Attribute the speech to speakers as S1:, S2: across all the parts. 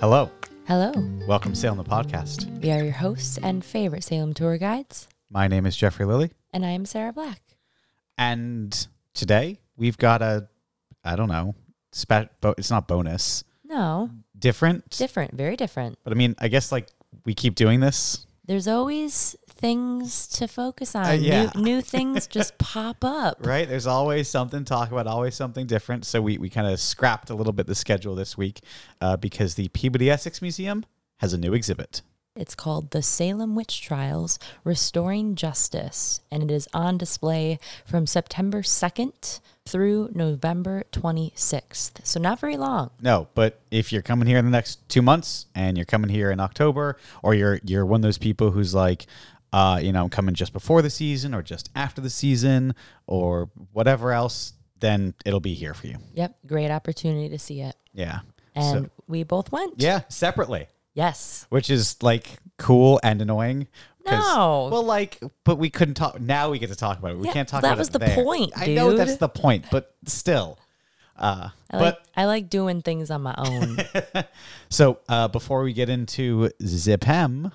S1: Hello.
S2: Hello,
S1: Welcome to Salem the Podcast.
S2: we are your hosts and favorite Salem tour guides,
S1: My name is Jeffrey Lilly.
S2: and I am Sarah Black.
S1: And today we've got a, I don't know, spe- bo- it's not bonus,
S2: No,
S1: different.
S2: different, very different.
S1: but I mean, I guess like we keep doing this.
S2: There's always things to focus on.
S1: Uh, yeah.
S2: new, new things just pop up.
S1: Right, there's always something to talk about, always something different. So we, we kind of scrapped a little bit the schedule this week uh, because the Peabody Essex Museum has a new exhibit.
S2: It's called The Salem Witch Trials Restoring Justice, and it is on display from September 2nd through November 26th. So, not very long.
S1: No, but if you're coming here in the next two months and you're coming here in October, or you're you're one of those people who's like, uh, you know, I'm coming just before the season or just after the season or whatever else, then it'll be here for you.
S2: Yep, great opportunity to see it.
S1: Yeah.
S2: And
S1: so,
S2: we both went.
S1: yeah, separately,
S2: Yes.
S1: which is like cool and annoying. 'cause-
S2: No.
S1: Well, like, but we couldn't talk. Now we get to talk about it. We
S2: Yeah,
S1: can't talk
S2: that
S1: about
S2: was
S1: it.
S2: the
S1: there.
S2: point,
S1: I know that's
S2: dude.
S1: the point, but still. Uh,
S2: I
S1: but
S2: like, I like doing things on my own.
S1: So uh, before we get into Zipem,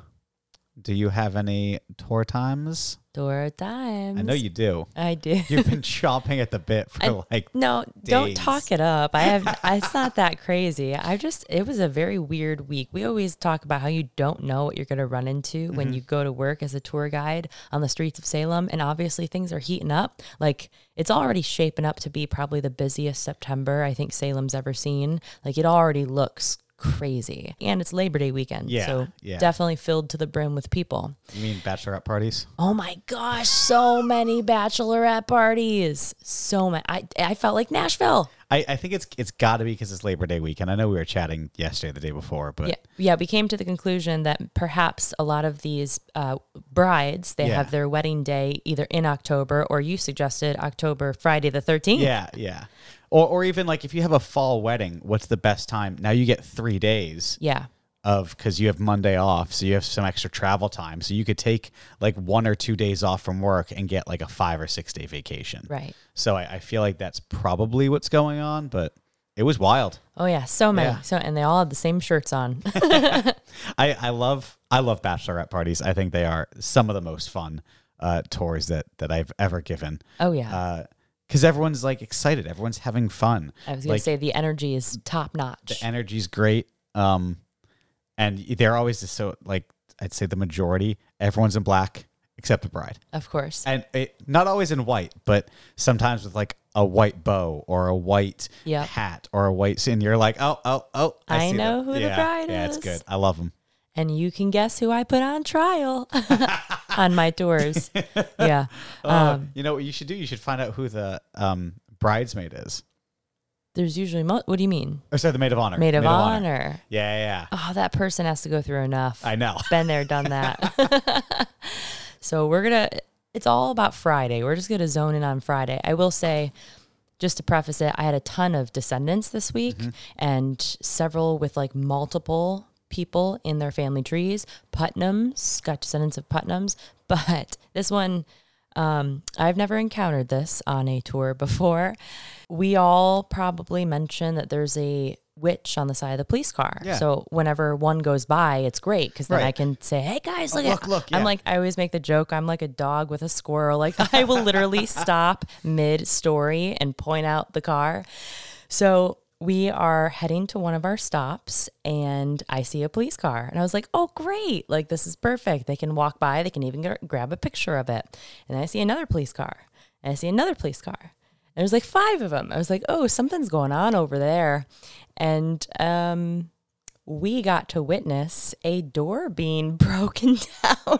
S1: do you have any tour times?
S2: Door times.
S1: I know you do.
S2: I do.
S1: You've been chomping at the bit for like
S2: no, don't
S1: days.
S2: talk it up. I have. it's not that crazy. I just. It was a very weird week. We always talk about how you don't know what you're going to run into
S1: Mm-hmm.
S2: when you go to work as a tour guide on the streets of Salem, and obviously things are heating up. Like it's already shaping up to be probably the busiest September I think Salem's ever seen. Like it already looks crazy, and it's Labor Day weekend,
S1: Yeah,
S2: so
S1: yeah.
S2: definitely filled to the brim with people.
S1: you mean bachelorette parties?
S2: Oh my gosh, so many bachelorette parties. So many. I, I felt like Nashville.
S1: I, I think it's it's got to be because it's Labor Day weekend. I know we were chatting yesterday, the day before, but
S2: Yeah, yeah, we came to the conclusion that perhaps a lot of these uh, brides, they
S1: Yeah.
S2: have their wedding day either in October or you suggested October, Friday the 13th.
S1: yeah, yeah. Or or even like if you have a fall wedding, what's the best time? Now you get three days
S2: Yeah.
S1: of because you have Monday off, so you have some extra travel time. So you could take like one or two days off from work and get like a five or six day vacation.
S2: Right.
S1: So I, I feel like that's probably what's going on, but it was wild.
S2: Oh yeah, so many.
S1: Yeah.
S2: So and they all had the same shirts on.
S1: I, I love I love bachelorette parties. I think they are some of the most fun uh, tours that that I've ever given.
S2: oh
S1: Uh,
S2: yeah.
S1: Because everyone's like excited, everyone's having fun.
S2: I was going
S1: like-
S2: to say the energy is top notch.
S1: Energy's great. Um, and they're always just so like I'd say the majority. Everyone's in black except the bride.
S2: of course.
S1: and it, not always in white, but sometimes with like a white bow or a white
S2: Yep.
S1: hat or a white, and you're like, oh, oh, oh,
S2: I
S1: see
S2: know
S1: that.
S2: who the
S1: yeah,
S2: bride
S1: Yeah, it's
S2: is.
S1: good. I love them.
S2: and you can guess who I put on trial on my tours. yeah. Um,
S1: Uh, you know what you should do? You should find out who the um, bridesmaid is.
S2: There's usually mo- what do you mean?
S1: Or sorry, the maid of honor.
S2: Maid of, honor.
S1: Yeah, yeah, yeah.
S2: Oh, that person has to go through enough.
S1: I know.
S2: Been there, done that. so we're gonna. It's all about Friday. We're just gonna zone in on Friday. I will say, just to preface it, I had a ton of descendants this week,
S1: Mm-hmm.
S2: and several with like multiple people in their family trees. Putnams got descendants of Putnams, but this one. Um, I've never encountered this on a tour before. We all probably mention that there's a witch on the side of the police car.
S1: Yeah.
S2: So whenever one goes by, it's great because then I
S1: Right.
S2: can say, "Hey guys, look,
S1: look,
S2: at
S1: look, yeah.
S2: I'm like, I always make the joke. I'm like a dog with a squirrel. Like I will literally stop mid-story and point out the car. So we are heading to one of our stops and I see a police car. And I was like, oh, great. Like, this is perfect. They can walk by, they can even gr- grab a picture of it. And I see another police car. And I see another police car. And there's like five of them. I was like, oh, something's going on over there. And um, we got to witness a door being broken down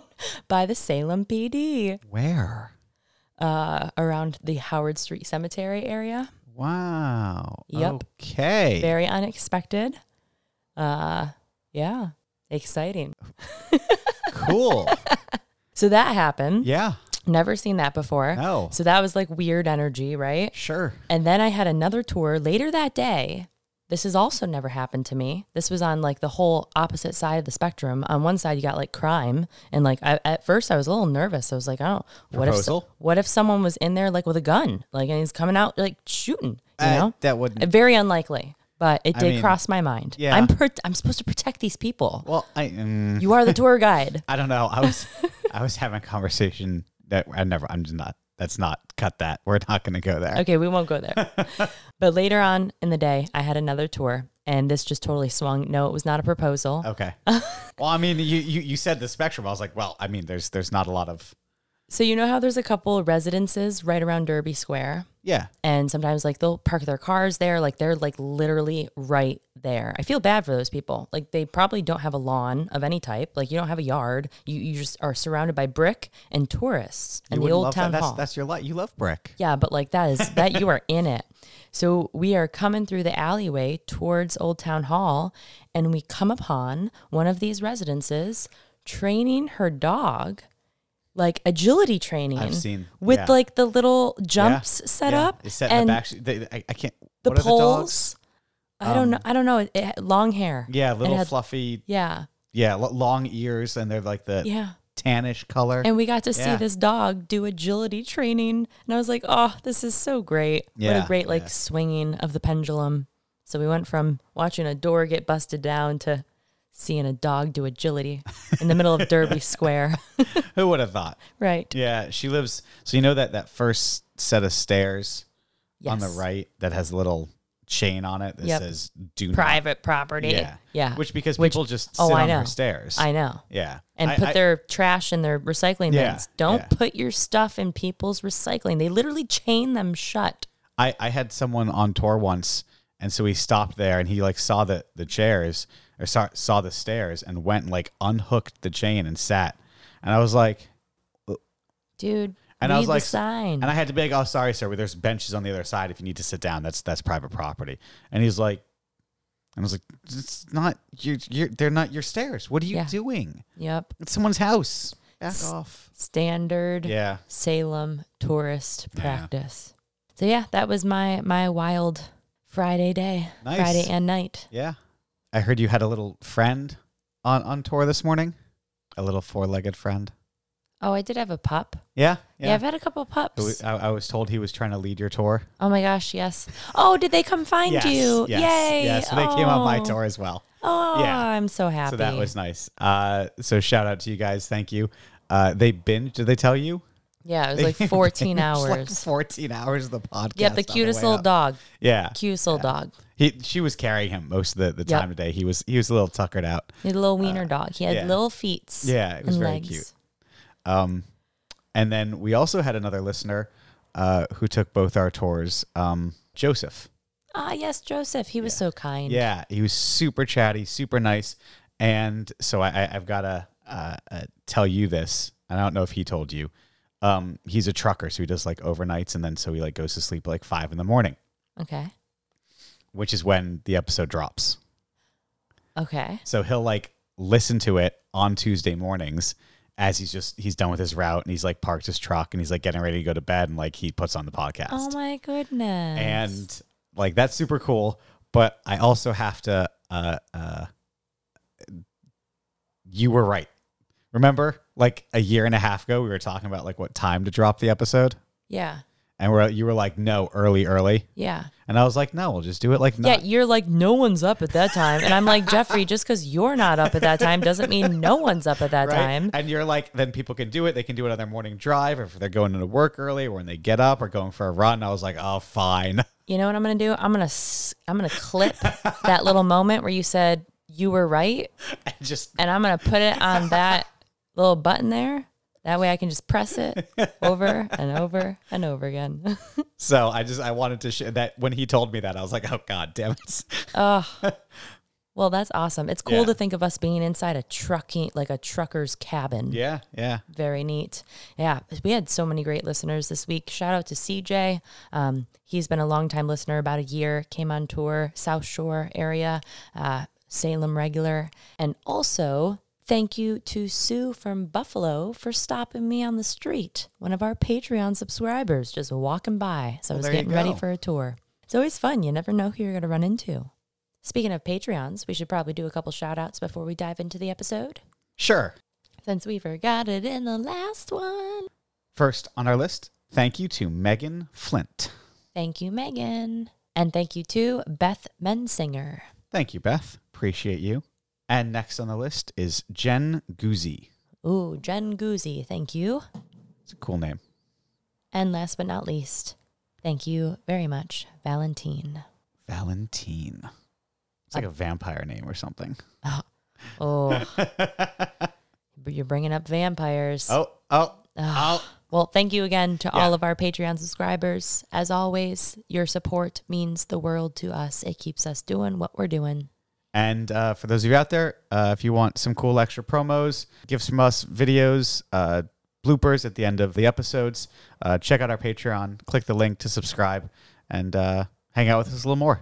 S2: by the Salem PD
S1: Where?
S2: uh, around the Howard Street Cemetery area.
S1: Wow.
S2: Yep.
S1: Okay.
S2: very unexpected. Uh, yeah, exciting.
S1: Cool.
S2: So that happened.
S1: yeah.
S2: Never seen that before.
S1: No.
S2: So that was like weird energy, right?
S1: Sure.
S2: And then I had another tour later that day. This has also never happened to me. This was on like the whole opposite side of the spectrum. On one side, you got like crime, and like I, at first, I was a little nervous. I was like, I don't. What if
S1: Proposal?
S2: so- what if someone was in there like with a gun, like and he's coming out like shooting? You
S1: Uh,
S2: know,
S1: that wouldn't.
S2: very unlikely. but it
S1: I
S2: did
S1: mean,
S2: cross my mind.
S1: yeah.
S2: I'm pro- I'm supposed to protect these people.
S1: Well, I mm,
S2: you are the tour guide.
S1: I don't know. I was I was having a conversation that I never. I'm just not. That's not. Cut that. We're not going to go there.
S2: Okay, we won't go there. but later on in the day, I had another tour, and this just totally swung. No, it was not a proposal.
S1: Okay. well, I mean, you, you you said the spectrum. I was like, well, I mean, there's there's not a lot of
S2: So you know how there's a couple of residences right around Derby Square,
S1: yeah.
S2: and sometimes like they'll park their cars there, like they're like literally right there. I feel bad for those people. Like they probably don't have a lawn of any type. Like you don't have a yard. You you just are surrounded by brick and tourists
S1: You
S2: and the
S1: wouldn't
S2: old
S1: love
S2: town
S1: that.
S2: hall.
S1: That's that's your lot. You love brick.
S2: Yeah, but like that is that you are in it. So we are coming through the alleyway towards Old Town Hall, and we come upon one of these residences training her dog, like agility training.
S1: I've seen-
S2: with
S1: yeah.
S2: like the little
S1: Yeah.
S2: jumps set
S1: Yeah.
S2: up
S1: It's set in
S2: and
S1: the back. They, I, I can't.
S2: the
S1: what are
S2: poles. I don't
S1: Um,
S2: know. I don't know. It, it had long hair.
S1: dogs? Yeah,
S2: And it
S1: little
S2: had-
S1: fluffy.
S2: Yeah,
S1: Yeah, lo- long ears, and they're like the
S2: yeah.
S1: tannish color.
S2: And we got to see
S1: Yeah.
S2: this dog do agility training. And I was like, oh, this is so great. what
S1: Yeah,
S2: a great, like,
S1: yeah.
S2: swinging of the pendulum. So we went from watching a door get busted down to seeing a dog do agility in the middle of Derby Square.
S1: Who would have thought?
S2: right.
S1: Yeah, she lives. So you know that that first set of stairs
S2: Yes.
S1: on the right that has a little chain on it that
S2: Yep.
S1: says "Do not-"
S2: Private property.
S1: Yeah,
S2: Yeah.
S1: Which because
S2: Which-
S1: people just sit
S2: oh, I
S1: on
S2: know.
S1: her stairs.
S2: I know.
S1: yeah,
S2: And
S1: I-
S2: put
S1: I-
S2: their trash in their recycling
S1: Yeah,
S2: bins. Don't
S1: yeah.
S2: put your stuff in people's recycling. They literally chain them shut.
S1: I, I had someone on tour once, and so he stopped there and he like saw the the chairs or saw, saw the stairs and went and like unhooked the chain and sat, and I was like,
S2: Dude,
S1: and
S2: read
S1: I was like,
S2: the sign.
S1: and I had to be like, oh sorry sir, there's benches on the other side if you need to sit down. That's that's private property. And he's like, and I was like, it's not you. You're they're not your stairs. What are you
S2: Yeah.
S1: doing?
S2: yep.
S1: It's someone's house. Back
S2: S-
S1: off.
S2: Standard.
S1: Yeah.
S2: Salem tourist
S1: Yeah.
S2: practice. So yeah, that was my my wild Friday day,
S1: Nice.
S2: Friday and night.
S1: Yeah. I heard you had a little friend on on tour this morning. A little four-legged friend.
S2: Oh, I did have a pup.
S1: Yeah. uh,
S2: Yeah, I've had a couple pups.
S1: Who- I, I was told he was trying to lead your tour.
S2: oh my gosh, yes. Oh, did they come find you? Yay!
S1: Yes, so they came on my
S2: Oh.
S1: tour as well.
S2: Oh,
S1: Yeah.
S2: I'm so happy.
S1: So that was nice. Uh, so shout out to you guys. Thank you. Uh, they binged. Did they tell you?
S2: yeah, it
S1: They-
S2: was like 14
S1: it was like
S2: hours.
S1: 14 hours of the podcast.
S2: yep, the
S1: on
S2: cutest
S1: way
S2: little
S1: up.
S2: dog.
S1: Yeah.
S2: Cutest little dog.
S1: He, she was carrying him most of the, the
S2: Yep.
S1: time today. He was he was a little tuckered out.
S2: He had a little wiener dog. He had
S1: Uh, yeah.
S2: little feet.
S1: Yeah, it was
S2: and
S1: very
S2: legs.
S1: cute. Um, and then we also had another listener uh, who took both our tours, um, Joseph.
S2: Ah, yes, Joseph. He was so kind.
S1: Yeah, he was super chatty, super nice, and so I, I, I've got to uh, uh, tell you this. And I don't know if he told you. Um, he's a trucker, so he does like overnights, and then so he like goes to sleep at, like five in the morning,
S2: Okay.
S1: which is when the episode drops.
S2: Okay.
S1: So he'll like listen to it on Tuesday mornings as he's just he's done with his route and he's like parked his truck and he's like getting ready to go to bed and like he puts on the podcast.
S2: Oh my goodness.
S1: and like that's super cool but i also have to uh uh you were right remember like a year and a half ago we were talking about like what time to drop the episode
S2: yeah.
S1: and we're you were like no early early
S2: Yeah.
S1: and i was like no we'll just do it like
S2: Yeah,
S1: not.
S2: you're like, no one's up at that time. And I'm like, Jeffrey, just because you're not up at that time doesn't mean no one's up at that
S1: right
S2: time.
S1: and you're like then people can do it they can do it on their morning drive or if they're going into work early or when they get up or going for a run i was like oh fine
S2: You know what I'm going to do? I'm going to I'm going to clip that little moment where you said you were right
S1: and just
S2: and I'm going to put it on that little button there. That way I can just press it over and over and over again.
S1: so i just i wanted to share that when he told me that i was like oh god damn it
S2: Well, that's awesome. It's cool
S1: Yeah.
S2: to think of us being inside a trucking like a trucker's cabin.
S1: yeah yeah
S2: Very neat. Yeah, we had so many great listeners this week. Shout out to CJ. Um, he's been a longtime listener, about a year, came on tour, South Shore area, uh, Salem regular. And also, thank you to Sue from Buffalo for stopping me on the street, one of our Patreon subscribers, just walking by. So I was
S1: there you
S2: getting ready
S1: go.
S2: for a tour. It's always fun. You never know who you're going to run into. Speaking of Patreons, we should probably do a couple shout outs before we dive into the episode.
S1: Sure.
S2: Since we forgot it in the last one.
S1: First on our list, thank you to Megan Flint.
S2: Thank you, Megan. And thank you to Beth Mensinger.
S1: Thank you, Beth. Appreciate you. And next on the list is Jen Guzzi.
S2: Ooh, Jen Guzzi, thank you.
S1: It's a cool name.
S2: And last but not least, thank you very much, Valentine.
S1: Valentine. It's like a vampire name or something.
S2: Oh, but you're bringing up vampires.
S1: Oh, oh,
S2: Ugh.
S1: oh.
S2: Well, thank you again to
S1: Yeah.
S2: all of our Patreon subscribers. As always, your support means the world to us. It keeps us doing what we're doing.
S1: And uh, for those of you out there, uh, if you want some cool extra promos, gifts from us, videos, uh, bloopers at the end of the episodes, uh, check out our Patreon. Click the link to subscribe and uh, hang out with us a little more.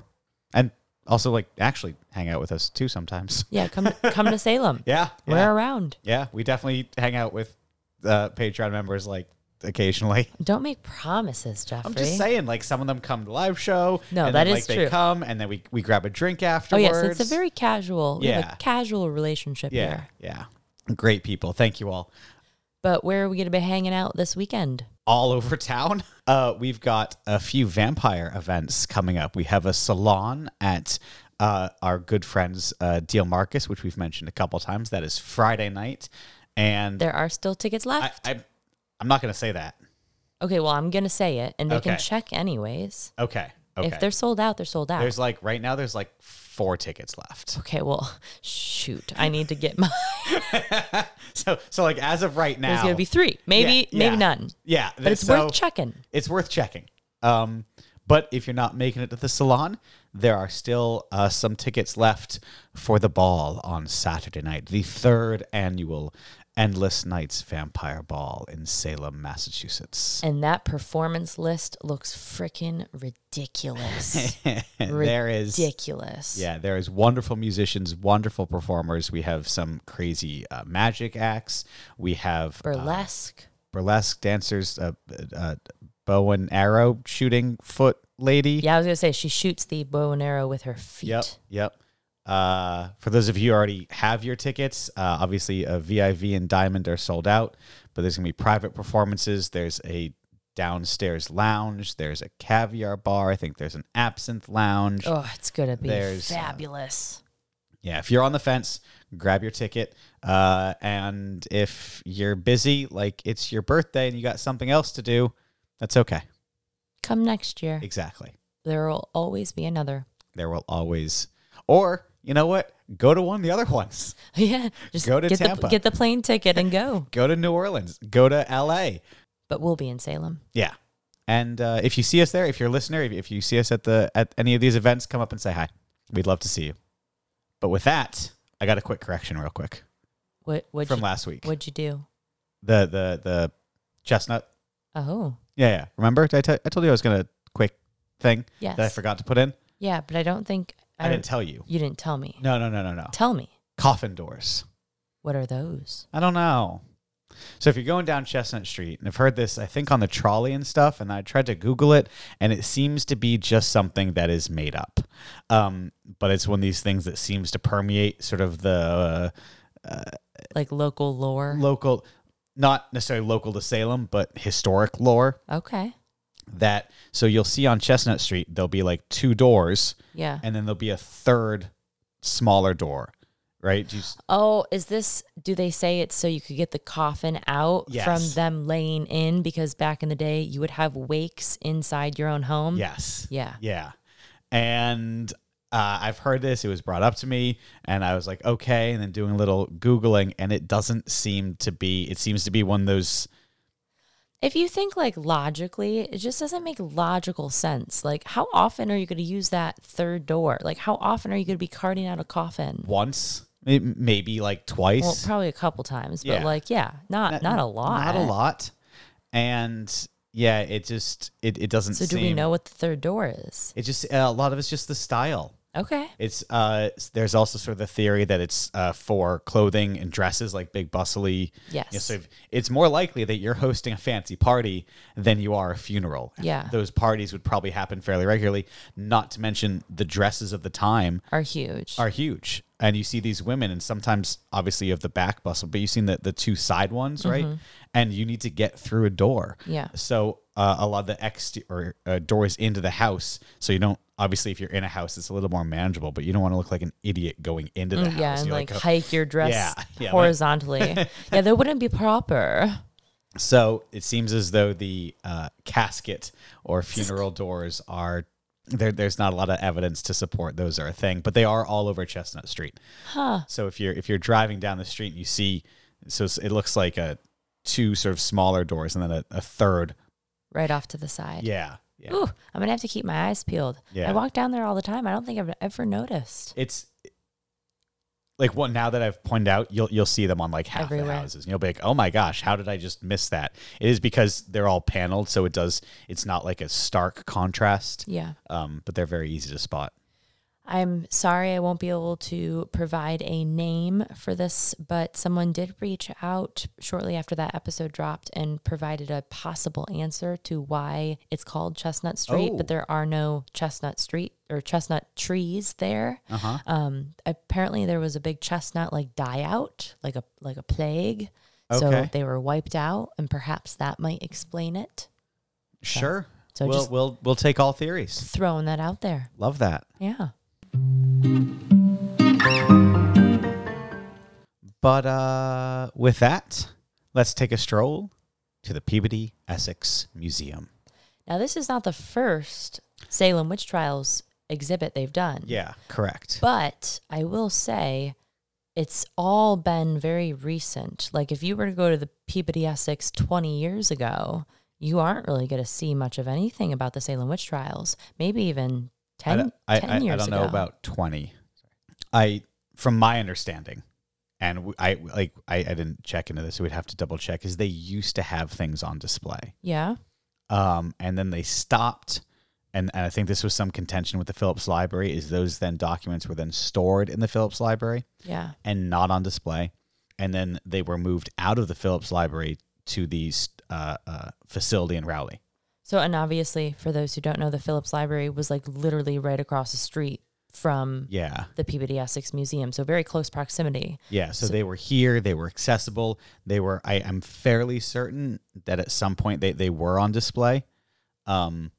S1: And also, like, actually hang out with us too sometimes.
S2: Yeah, come come to Salem.
S1: Yeah.
S2: We're
S1: Yeah.
S2: around.
S1: yeah we definitely hang out with uh, Patreon members like occasionally.
S2: Don't make promises, Jeffrey.
S1: I'm just saying, like, some of them come to live show.
S2: No,
S1: and
S2: that
S1: then, like,
S2: is
S1: they
S2: true.
S1: come and then we, we grab a drink
S2: Oh
S1: afterwards.
S2: yes, it's a very casual. We have
S1: Yeah.
S2: a casual relationship
S1: yeah,
S2: here.
S1: yeah. Great people. Thank you all.
S2: But where are we going to be hanging out this weekend?
S1: all over town. Uh, we've got a few vampire events coming up. We have a salon at uh, our good friends uh, Deal Marcus, which we've mentioned a couple times. That is Friday night, and
S2: There are still tickets
S1: I,
S2: left.
S1: I, I'm not going to say that.
S2: okay, well, I'm going to say it and they can
S1: Okay.
S2: check anyways.
S1: Okay. Okay.
S2: If they're sold out, they're sold out.
S1: there's like right now, there's like four tickets left.
S2: okay, well, shoot. I need to get my
S1: So, so like as of right now,
S2: There's going to be 3. Maybe
S1: Yeah,
S2: maybe
S1: yeah.
S2: none.
S1: Yeah,
S2: But it's
S1: so-
S2: worth checking.
S1: it's worth checking. Um, but if you're not making it to the salon, there are still uh, some tickets left for the ball on Saturday night, the third annual Endless Nights Vampire Ball in Salem, Massachusetts.
S2: And that performance list looks freaking ridiculous.
S1: there is.
S2: ridiculous.
S1: Yeah, there is wonderful musicians, wonderful performers. We have some crazy uh, magic acts. We have uh,
S2: Burlesque.
S1: burlesque dancers, uh, uh, bow and arrow shooting foot lady.
S2: yeah, I was going to say she shoots the bow and arrow with her feet.
S1: Yep, yep. Uh, for those of you who already have your tickets, uh, obviously uh, VIV and Diamond are sold out, but there's gonna be private performances. There's a downstairs lounge. There's a caviar bar. I think there's an absinthe lounge.
S2: Oh, it's going to be
S1: There's, uh,
S2: fabulous.
S1: Yeah, if you're on the fence, grab your ticket. Uh, and if you're busy, like it's your birthday and you got something else to do, that's okay.
S2: Come next year.
S1: Exactly.
S2: There will always be another.
S1: There will always, or you know what? Go to one of the other ones.
S2: Yeah, just
S1: Go to
S2: get
S1: Tampa.
S2: The, get the plane ticket and go.
S1: go to New Orleans, go to LA.
S2: But we'll be in Salem.
S1: Yeah. And uh, if you see us there, if you're a listener, if, if you see us at the at any of these events, come up and say hi. We'd love to see you. But with that, I got a quick correction real quick
S2: What would
S1: from
S2: you,
S1: last week.
S2: what'd you do?
S1: the the the chestnut.
S2: Oh,
S1: Yeah, yeah. Remember? Did I tell- I told you I was gonna quick thing
S2: yes.
S1: that I forgot to put in.
S2: Yeah, but I don't think
S1: I, didn't tell you.
S2: you didn't tell me.
S1: No, no, no, no, no.
S2: Tell me
S1: Coffin doors.
S2: what are those?
S1: I don't know. So if you're going down Chestnut Street, and I've heard this, I think on the trolley and stuff, and I tried to Google it, and it seems to be just something that is made up. Um, but it's one of these things that seems to permeate sort of the Uh,
S2: Like local lore.
S1: local, not necessarily local to Salem, but historic lore.
S2: okay.
S1: That so you'll see on Chestnut Street, there'll be like two doors,
S2: Yeah.
S1: and then there'll be a third smaller door, right? Do you s-
S2: Oh, is this? Do they say it's so you could get the coffin out from
S1: Yes.
S2: them laying in? Because back in the day, you would have wakes inside your own home.
S1: yes.
S2: Yeah.
S1: Yeah. And uh, I've heard this. It was brought up to me, and I was like, okay. And then doing a little Googling, and it doesn't seem to be, it seems to be one of those.
S2: If you think like logically, it just doesn't make logical sense. Like, how often are you going to use that third door? Like, how often are you going to be carting out a coffin?
S1: once, may- maybe like
S2: Well,
S1: twice.
S2: probably a couple times, but
S1: Yeah.
S2: like, yeah, not not, a lot.
S1: Not a lot. And yeah, it just, it, it doesn't
S2: So, do
S1: seem.
S2: we know what the third door is?
S1: It just, a lot of it's just the style.
S2: Okay.
S1: It's uh, s- there's also sort of the theory that it's uh, for clothing and dresses, like big bustly.
S2: Yes.
S1: You know, so if- it's more likely that you're hosting a fancy party than you are a funeral.
S2: Yeah.
S1: Those parties would probably happen fairly regularly. Not to mention the dresses of the time
S2: Are huge.
S1: are huge, and you see these women, and sometimes obviously you have the back bustle, but you've seen the, the two side ones, right? And you need to get through a door.
S2: Mm-hmm. Yeah.
S1: So uh, a lot of the ex or uh, doors into the house, so you don't. Obviously, if you're in a house, it's a little more manageable, but you don't want to look like an idiot going into the house.
S2: Mm, Yeah, and
S1: You're
S2: like,
S1: oh,
S2: hike your dress
S1: Yeah, yeah, like-
S2: horizontally. yeah, that wouldn't be proper.
S1: So it seems as though the uh, casket or funeral doors are there. There's not a lot of evidence to support those are a thing, but they are all over Chestnut Street. Huh. So if you're if you're driving down the street and you see, so s- it looks like a two sort of smaller doors and then a, a third.
S2: Right off to the side.
S1: Yeah, yeah.
S2: Ooh, I'm gonna have to keep my eyes peeled.
S1: Yeah.
S2: I walk down there all the time. I don't think I've ever noticed.
S1: It's like what now that I've pointed out, you'll you'll see them on like half the
S2: Everywhere.
S1: houses, and you'll be like, oh my gosh, how did I just miss that? It is because they're all paneled, so it does. It's not like a stark contrast.
S2: Yeah.
S1: um, but they're very easy to spot.
S2: I'm sorry I won't be able to provide a name for this, but someone did reach out shortly after that episode dropped and provided a possible answer to why it's called Chestnut Street,
S1: Oh.
S2: but there are no Chestnut Street or Chestnut trees there.
S1: Uh-huh.
S2: Um, apparently, there was a big chestnut like die out, like a like a plague, so
S1: Okay.
S2: they were wiped out, and perhaps that might explain it.
S1: Sure.
S2: So
S1: we'll,
S2: just-
S1: we'll we'll take all theories.
S2: Throwing that out there,
S1: Love that.
S2: yeah.
S1: But uh, with that, let's take a stroll to the Peabody Essex Museum.
S2: Now, this is not the first Salem witch trials exhibit they've done.
S1: Yeah, correct.
S2: But I will say it's all been very recent. Like, if you were to go to the Peabody Essex 20 years ago, you aren't really going to see much of anything about the Salem witch trials, maybe even 10,
S1: I don't, I,
S2: 10
S1: I- I
S2: years
S1: don't
S2: ago.
S1: know about twenty. I from my understanding, and w- I like I, I didn't check into this. so We'd have to double check. Is they used to have things on display.
S2: Yeah.
S1: um, and then they stopped. And, and I think this was some contention with the Phillips Library. Is those then documents were then stored in the Phillips Library
S2: Yeah.
S1: and not on display, and then they were moved out of the Phillips Library to the uh, uh, facility in Rowley.
S2: So, and obviously, for those who don't know, the Phillips Library was like literally right across the street from
S1: Yeah,
S2: the Peabody Essex Museum. So, very close proximity.
S1: yeah. So, they were here. They were accessible. They were. I am fairly certain that at some point they they were on display, um,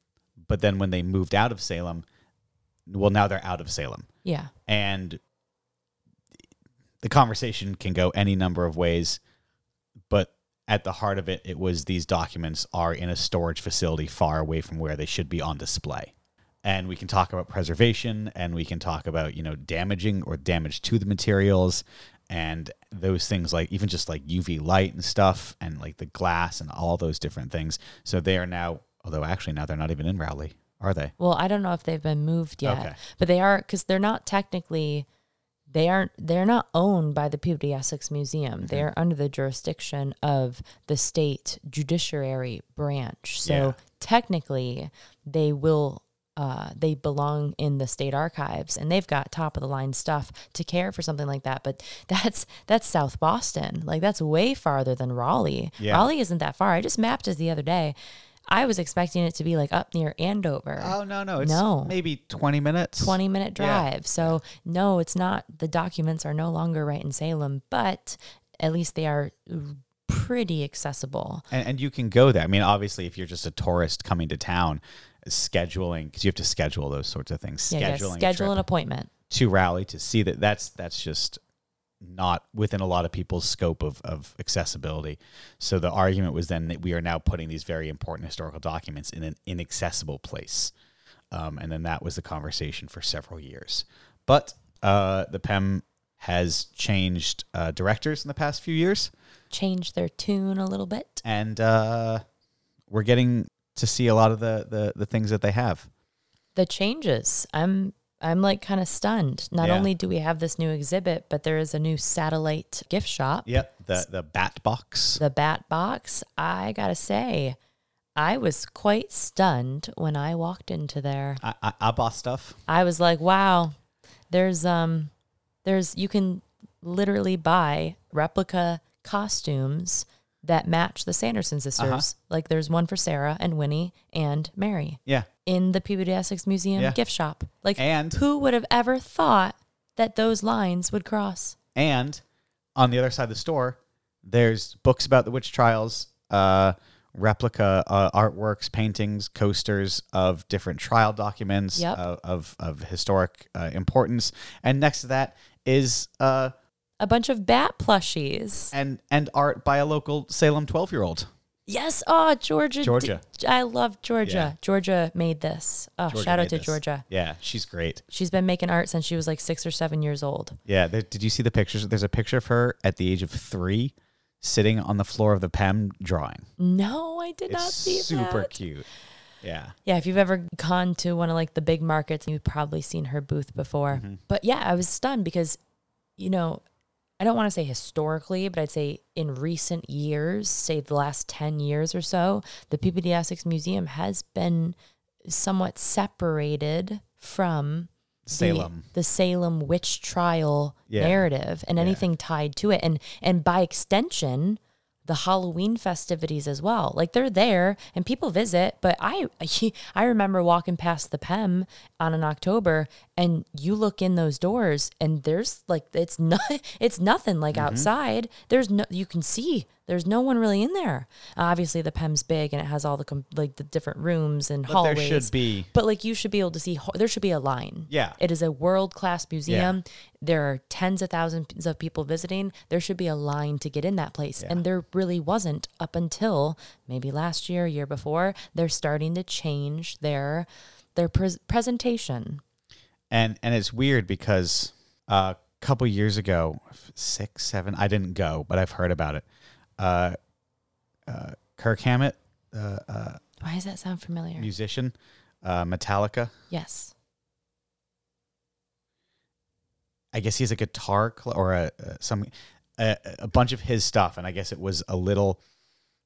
S1: but then when they moved out of Salem, well, now they're out of Salem.
S2: Yeah.
S1: and the conversation can go any number of ways but at the heart of it it was these documents are in a storage facility far away from where they should be on display and we can talk about preservation and we can talk about you know damaging or damage to the materials and those things like even just like uv light and stuff and like the glass and all those different things so they are now although actually now they're not even in rowley are they
S2: Well, I don't know if they've been moved yet,
S1: Okay.
S2: but they are because they're not technically they aren't they're not owned by the Peabody Essex Museum. They are under the jurisdiction of the state judiciary branch. So
S1: Yeah.
S2: technically, they will. Uh, they belong in the state archives, and they've got top of the line stuff to care for something like that. But that's that's South Boston, like that's way farther than Raleigh.
S1: Yeah.
S2: Raleigh isn't that far. I just mapped it the other day. I was expecting it to be like up near Andover.
S1: oh no no it's
S2: No.
S1: maybe 20 minutes
S2: 20 minute
S1: Yeah.
S2: drive. So, no, it's not. The documents are no longer right in Salem, but at least they are pretty accessible.
S1: and, and you can go there. I mean, obviously, if you're just a tourist coming to town, scheduling because you have to schedule those sorts of things.
S2: Yeah, yeah,
S1: scheduling a
S2: schedule an
S1: trip
S2: appointment.
S1: to Raleigh to see that that's that's just not within a lot of people's scope of, of accessibility. So the argument was then that we are now putting these very important historical documents in an inaccessible place. Um, and then that was the conversation for several years. But uh, the PEM has changed uh, directors in the past few years.
S2: Change their tune a little bit.
S1: and uh, we're getting to see a lot of the, the the things that they have.
S2: The changes. I'm I'm like kind of stunned. Not
S1: Yeah.
S2: only do we have this new exhibit, but there is a new satellite gift shop.
S1: Yep, the the bat box.
S2: The Bat Box, I got to say, I was quite stunned when I walked into there.
S1: I, I, I bought stuff.
S2: I was like, wow, there's um there's you can literally buy replica costumes that match the Sanderson sisters.
S1: Uh-huh.
S2: Like there's one for Sarah and Winnie and Mary
S1: Yeah,
S2: in the Peabody Essex Museum
S1: Yeah.
S2: gift shop. Like
S1: And-
S2: who would have ever thought that those lines would cross.
S1: And on the other side of the store, there's books about the witch trials, uh, replica uh, artworks, paintings, coasters of different trial documents
S2: Yep.
S1: of, of of historic uh, importance. And next to that is uh,
S2: A bunch of bat plushies.
S1: and and art by a local Salem twelve year old.
S2: Yes. Oh, Georgia. d-
S1: Georgia.
S2: I love Georgia.
S1: Yeah.
S2: Georgia made this. Oh,
S1: Georgia
S2: shout out
S1: made
S2: to
S1: this.
S2: Georgia.
S1: Yeah, she's great.
S2: She's been making art since she was like six or seven years old.
S1: Yeah. There, did you see the pictures? There's a picture of her at the age of three sitting on the floor of the PEM drawing.
S2: No, I did not
S1: It's
S2: see
S1: super
S2: that.
S1: cute. Yeah.
S2: Yeah, if you've ever gone to one of like the big markets, you've probably seen her booth before.
S1: Mm-hmm.
S2: But yeah, I was stunned because, you know, I don't want to say historically, but I'd say in recent years, say the last 10 years or so, the PPD Essex Museum has been somewhat separated from the-
S1: Salem.
S2: the, Salem witch trial
S1: Yeah.
S2: narrative and
S1: Yeah.
S2: anything tied to it. And, and by extension, the Halloween festivities as well. Like they're there and people visit, but I I remember walking past the PEM on an October and you look in those doors and there's like it's not it's nothing like
S1: Mm-hmm.
S2: outside. There's no you can see there's no one really in there. Obviously the PEM's big and it has all the com- like the different rooms and
S1: But
S2: hallways.
S1: there should be
S2: But like you should be able to see, ho- there should be a line.
S1: Yeah.
S2: It is a world class museum. There are tens of thousands of people visiting. There should be a line to get in that place. And there really wasn't up until maybe last year, year before. They're starting to change their their pres presentation.
S1: and and it's weird because uh, a couple years ago, f- six, seven, I didn't go, but I've heard about it. Uh, uh, Kirk Hammett, uh, uh,
S2: Why does that sound familiar?
S1: musician, uh, Metallica.
S2: Yes.
S1: I guess he's a guitar cl- or a, a some a, a bunch of his stuff, and I guess it was a little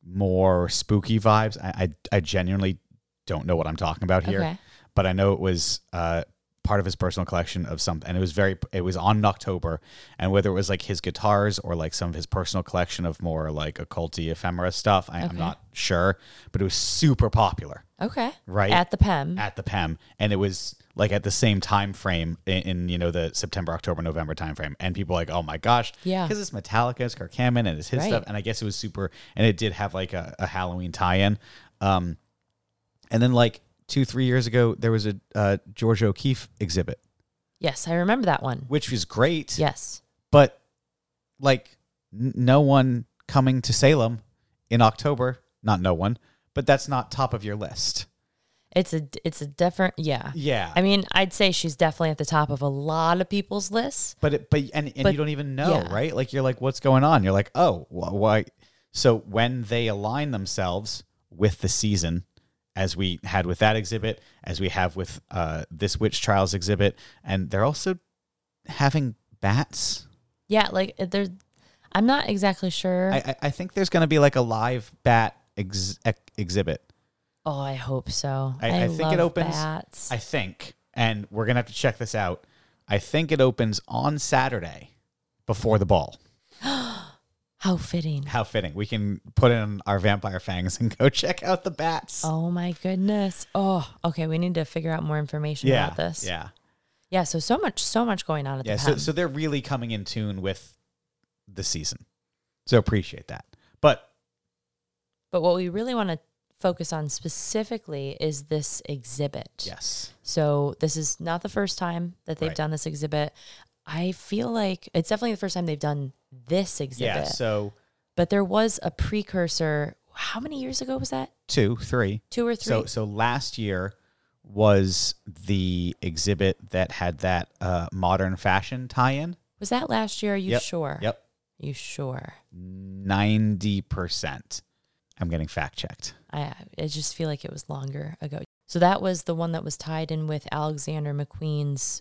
S1: more spooky vibes. I I, I genuinely don't know what I'm talking about here,
S2: Okay.
S1: but I know it was uh, part of his personal collection of something, and it was very it was on in October, and whether it was like his guitars or like some of his personal collection of more like occulty ephemera stuff, I, I'm
S2: Okay.
S1: not sure, but it was super popular
S2: Okay.
S1: Right.
S2: At the E PEM.
S1: at the PEM, and it was like at the same time frame in, in you know the September, October, November time frame, and people were like, oh my gosh,
S2: Yeah.
S1: because it's Metallica, it's Kirk Hammett, and it's his
S2: Right.
S1: stuff, and I guess it was super, and it did have like a, a Halloween tie-in, um, and then like two, three years ago, there was a uh, George O'Keefe exhibit,
S2: yes, I remember that one.
S1: which was great,
S2: Yes.
S1: but like n- no one coming to Salem in October, not no one, but that's not top of your list.
S2: It's a it's a different yeah.
S1: Yeah.
S2: I mean, I'd say she's definitely at the top of a lot of people's lists.
S1: But it, but and, and
S2: But-
S1: you don't even know,
S2: yeah.
S1: right? Like you're like, what's going on? You're like, oh, wh- why? So when they align themselves with the season, as we had with that exhibit, as we have with uh, this witch trials exhibit, and they're also having bats.
S2: Yeah, like uh, there's. I'm not exactly sure.
S1: I I, I think there's going to be like a live bat ex- ex- exhibit.
S2: oh, I hope so.
S1: I- I think it
S2: love
S1: opens-
S2: Bats.
S1: I think, and we're gonna have to check this out. I think it opens on Saturday before the ball.
S2: How fitting.
S1: How fitting. We can put in our vampire fangs and go check out the bats.
S2: Oh my goodness. Oh, okay. We need to figure out more information about this.
S1: Yeah.
S2: Yeah. So so much, so much going on at
S1: Yeah.
S2: the
S1: So,
S2: PEM.
S1: so they're really coming in tune with the season. So appreciate that. But
S2: but what we really want to focus on specifically is this exhibit.
S1: yes.
S2: So this is not the first time that they've
S1: Right.
S2: done this exhibit. I feel like it's definitely the first time they've done this exhibit.
S1: Yeah. So
S2: but there was a precursor. How many years ago was that?
S1: two, three.
S2: Two or three?
S1: So, so last year was the exhibit that had that uh, modern fashion tie in.
S2: Was that last year? Are you
S1: Yep,
S2: sure?
S1: Yep.
S2: You sure?
S1: 90%. I'm getting fact checked.
S2: I I just feel like it was longer ago. So that was the one that was tied in with Alexander McQueen's,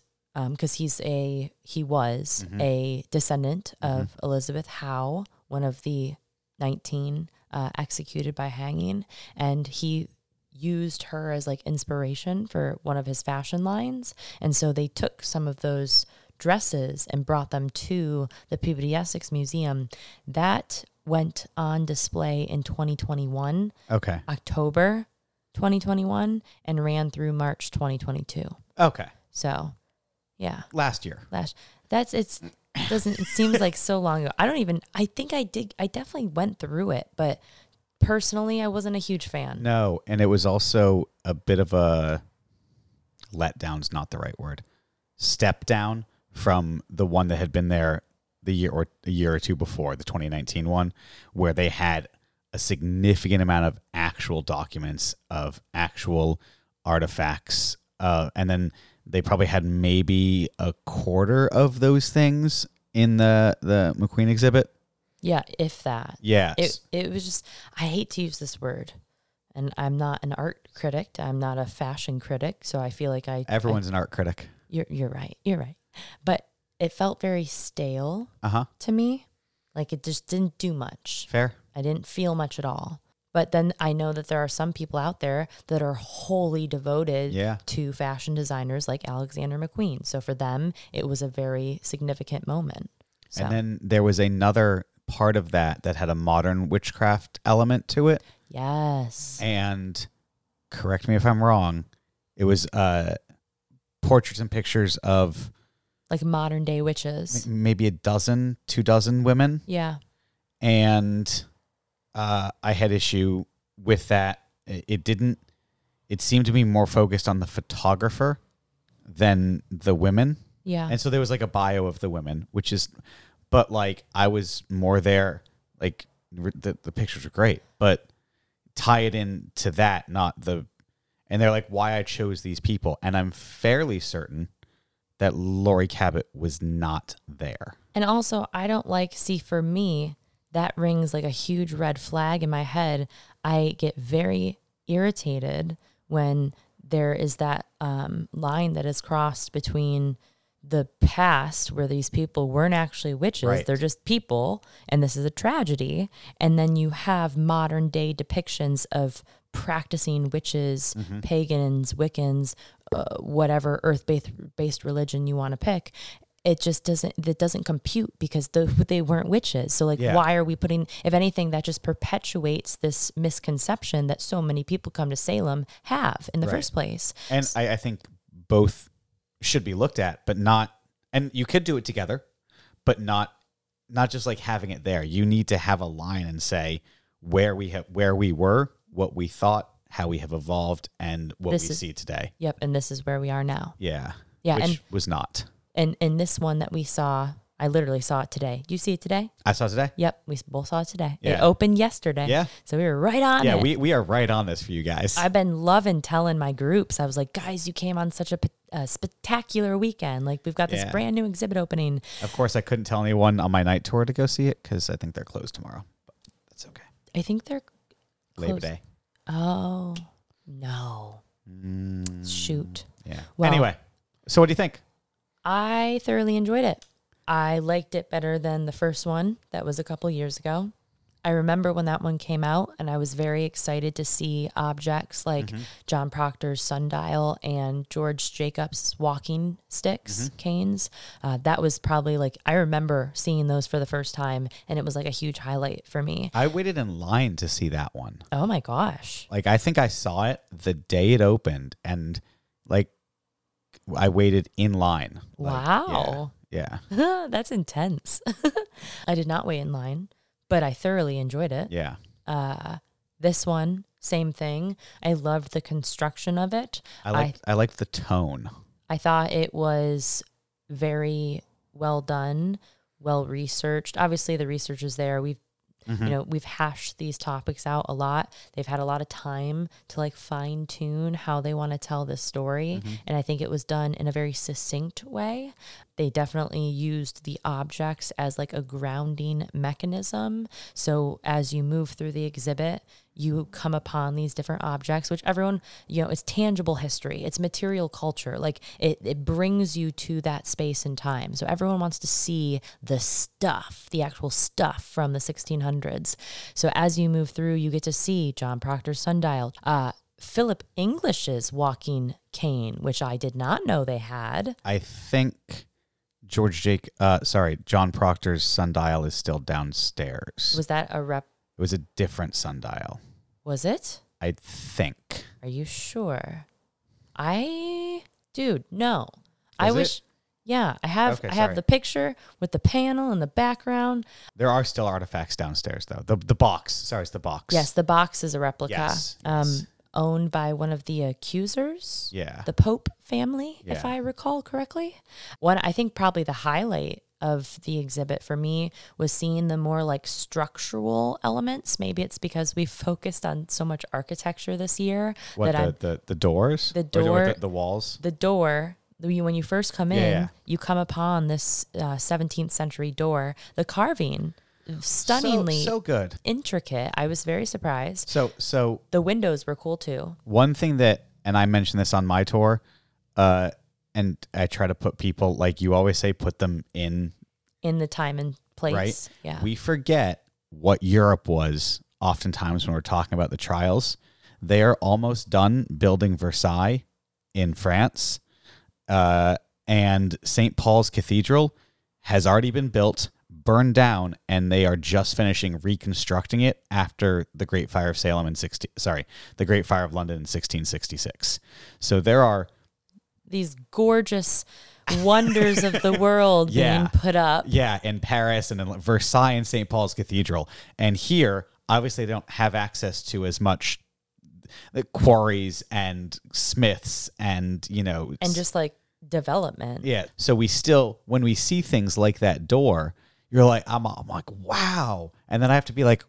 S2: because he's a he was a descendant of Elizabeth Howe, one of the nineteen uh, executed by hanging, and he used her as like inspiration for one of his fashion lines, and so they took some of those dresses and brought them to the Peabody Essex Museum. That went on display in 2021
S1: Okay.
S2: October 2021 and ran through March 2022.
S1: Okay.
S2: So, yeah,
S1: Last year.
S2: last That's it's doesn't it seems like so long ago. I don't even I think I did I definitely went through it, but personally I wasn't a huge fan.
S1: No, and it was also a bit of a letdown's not the right word. Step down from the one that had been there the year or a year or two before, the 2019 one, where they had a significant amount of actual documents of actual artifacts, uh, and then they probably had maybe a quarter of those things in the the McQueen exhibit.
S2: Yeah, if that.
S1: Yes,
S2: It it was just I hate to use this word. And I'm not an art critic. I'm not a fashion critic, so I feel like I
S1: everyone's an art critic.
S2: I- you're you're right. You're right. But it felt very stale
S1: Uh huh.
S2: to me. Like it just didn't do much.
S1: Fair.
S2: I didn't feel much at all. But then I know that there are some people out there that are wholly devoted
S1: Yeah.
S2: to fashion designers like Alexander McQueen. So for them, it was a very significant moment. So
S1: And then there was another part of that that had a modern witchcraft element to it.
S2: yes,
S1: And correct me if I'm wrong, it was uh, portraits and pictures of
S2: like modern day witches.
S1: m- maybe a dozen, two dozen women.
S2: Yeah,
S1: And uh, I had issue with that. I- It didn't. It seemed to be more focused on the photographer than the women.
S2: yeah,
S1: And so there was like a bio of the women, which is, but like I was more there. Like re- the, the pictures were great, but tie it in to that, not the. And they're like, why I chose these people. And I'm fairly certain that Lori Cabot was not there.
S2: and also I don't like. See, for me, that rings like a huge red flag in my head. I get very irritated when there is that um, line that is crossed between the past where these people weren't actually witches
S1: Right.
S2: they're just people and this is a tragedy and then you have modern day depictions of practicing witches
S1: Mm-hmm.
S2: pagans wiccans uh, whatever earth based religion you want to pick it just doesn't that doesn't compute because the, they weren't witches so like
S1: Yeah.
S2: why are we putting if anything that just perpetuates this misconception that so many people come to salem have in the
S1: Right.
S2: first place
S1: And I, I think both should be looked at, but not. And you could do it together, but not not just like having it there. You need to have a line and say where we have where we were, what we thought, how we have evolved, and what we
S2: This is-
S1: see today.
S2: yep and this is where we are now
S1: Yeah.
S2: Yeah,
S1: Which
S2: and-
S1: was not.
S2: and and this one that we saw i literally saw it today you see it today
S1: I saw today.
S2: yep we both saw it today it
S1: Yeah.
S2: opened yesterday
S1: Yeah.
S2: so we were right on
S1: Yeah,
S2: it
S1: we, we are right on this for you guys.
S2: I've been loving telling my groups. I was like, guys, you came on such a, p- a spectacular weekend. Like, we've got this
S1: Yeah.
S2: brand new exhibit opening.
S1: of course, I couldn't tell anyone on my night tour to go see it because I think they're closed tomorrow. But that's okay.
S2: I think they're.
S1: Labor
S2: Closed.
S1: Day.
S2: Oh, no.
S1: Mm.
S2: Shoot.
S1: Yeah.
S2: Well-
S1: anyway, so what do you think?
S2: I thoroughly enjoyed it. I liked it better than the first one that was a couple years ago. I remember when that one came out, and I was very excited to see objects like
S1: Mm-hmm.
S2: John Proctor's sundial and George Jacobs' walking
S1: Mm-hmm.
S2: sticks, canes. Uh, that was probably like, I remember seeing those for the first time, and it was like a huge highlight for me.
S1: I waited in line to see that one.
S2: Oh my gosh.
S1: Like I think I saw it the day it opened, and like I waited in line. Like,
S2: Wow.
S1: Yeah. Yeah.
S2: That's intense. I did not wait in line, but I thoroughly enjoyed it.
S1: yeah.
S2: uh, this one same thing i loved the construction of it
S1: I liked I, liked the tone.
S2: i thought it was very well done well researched obviously the research is there we've you know we've hashed these topics out a lot they've had a lot of time to like fine tune how they want to tell this story and i think it was done in a very succinct way they definitely used the objects as like a grounding mechanism so as you move through the exhibit you come upon these different objects which everyone you know it's tangible history it's material culture like it, it brings you to that space and time so everyone wants to see the stuff the actual stuff from the 1600s so as you move through you get to see john proctor's sundial uh, philip english's walking cane which i did not know they had
S1: I think George Jake uh sorry, John Proctor's sundial is still downstairs.
S2: was that a rep
S1: it was a different sundial.
S2: was it
S1: I think.
S2: Are you sure? I, dude, no. I
S1: Was it?
S2: wish. Yeah, I have
S1: Okay,
S2: I have
S1: sorry.
S2: the picture with the panel in the background.
S1: There are still artifacts downstairs, though. The the box. Sorry, it's the box.
S2: Yes, the box is a replica.
S1: Yes, yes.
S2: Um owned by one of the accusers.
S1: Yeah.
S2: The Pope family, if
S1: Yeah.
S2: I recall correctly. One I think probably the highlight of the exhibit for me was seeing the more like structural elements. Maybe it's because we focused on so much architecture this year
S1: what
S2: that I'm
S1: the, the the doors?
S2: The
S1: Or
S2: door-
S1: the, the walls.
S2: the door the- you- when you first come in
S1: Yeah.
S2: you come upon this uh, 17th century door the carving stunningly
S1: so, so good.
S2: intricate i was very surprised
S1: So so
S2: the windows were cool too
S1: one thing that and i mentioned this on my tour uh and i try to put people like you always say put them in
S2: in the time and place
S1: Right.
S2: yeah
S1: we forget what europe was oftentimes when we're talking about the trials they are almost done building versailles in france uh and st paul's cathedral has already been built burned down and they are just finishing reconstructing it after the great fire of salem in 16 sorry the great fire of london in 1666 so there are
S2: these gorgeous wonders of the world
S1: Yeah.
S2: being put up
S1: Yeah, in Paris and in Versailles and St. Paul's Cathedral. And here, obviously, they don't have access to as much the quarries and smiths and, you know,
S2: and just like development
S1: yeah. So we still, when we see things like that door, you're like, I'm, I'm like, wow. And then I have to be like,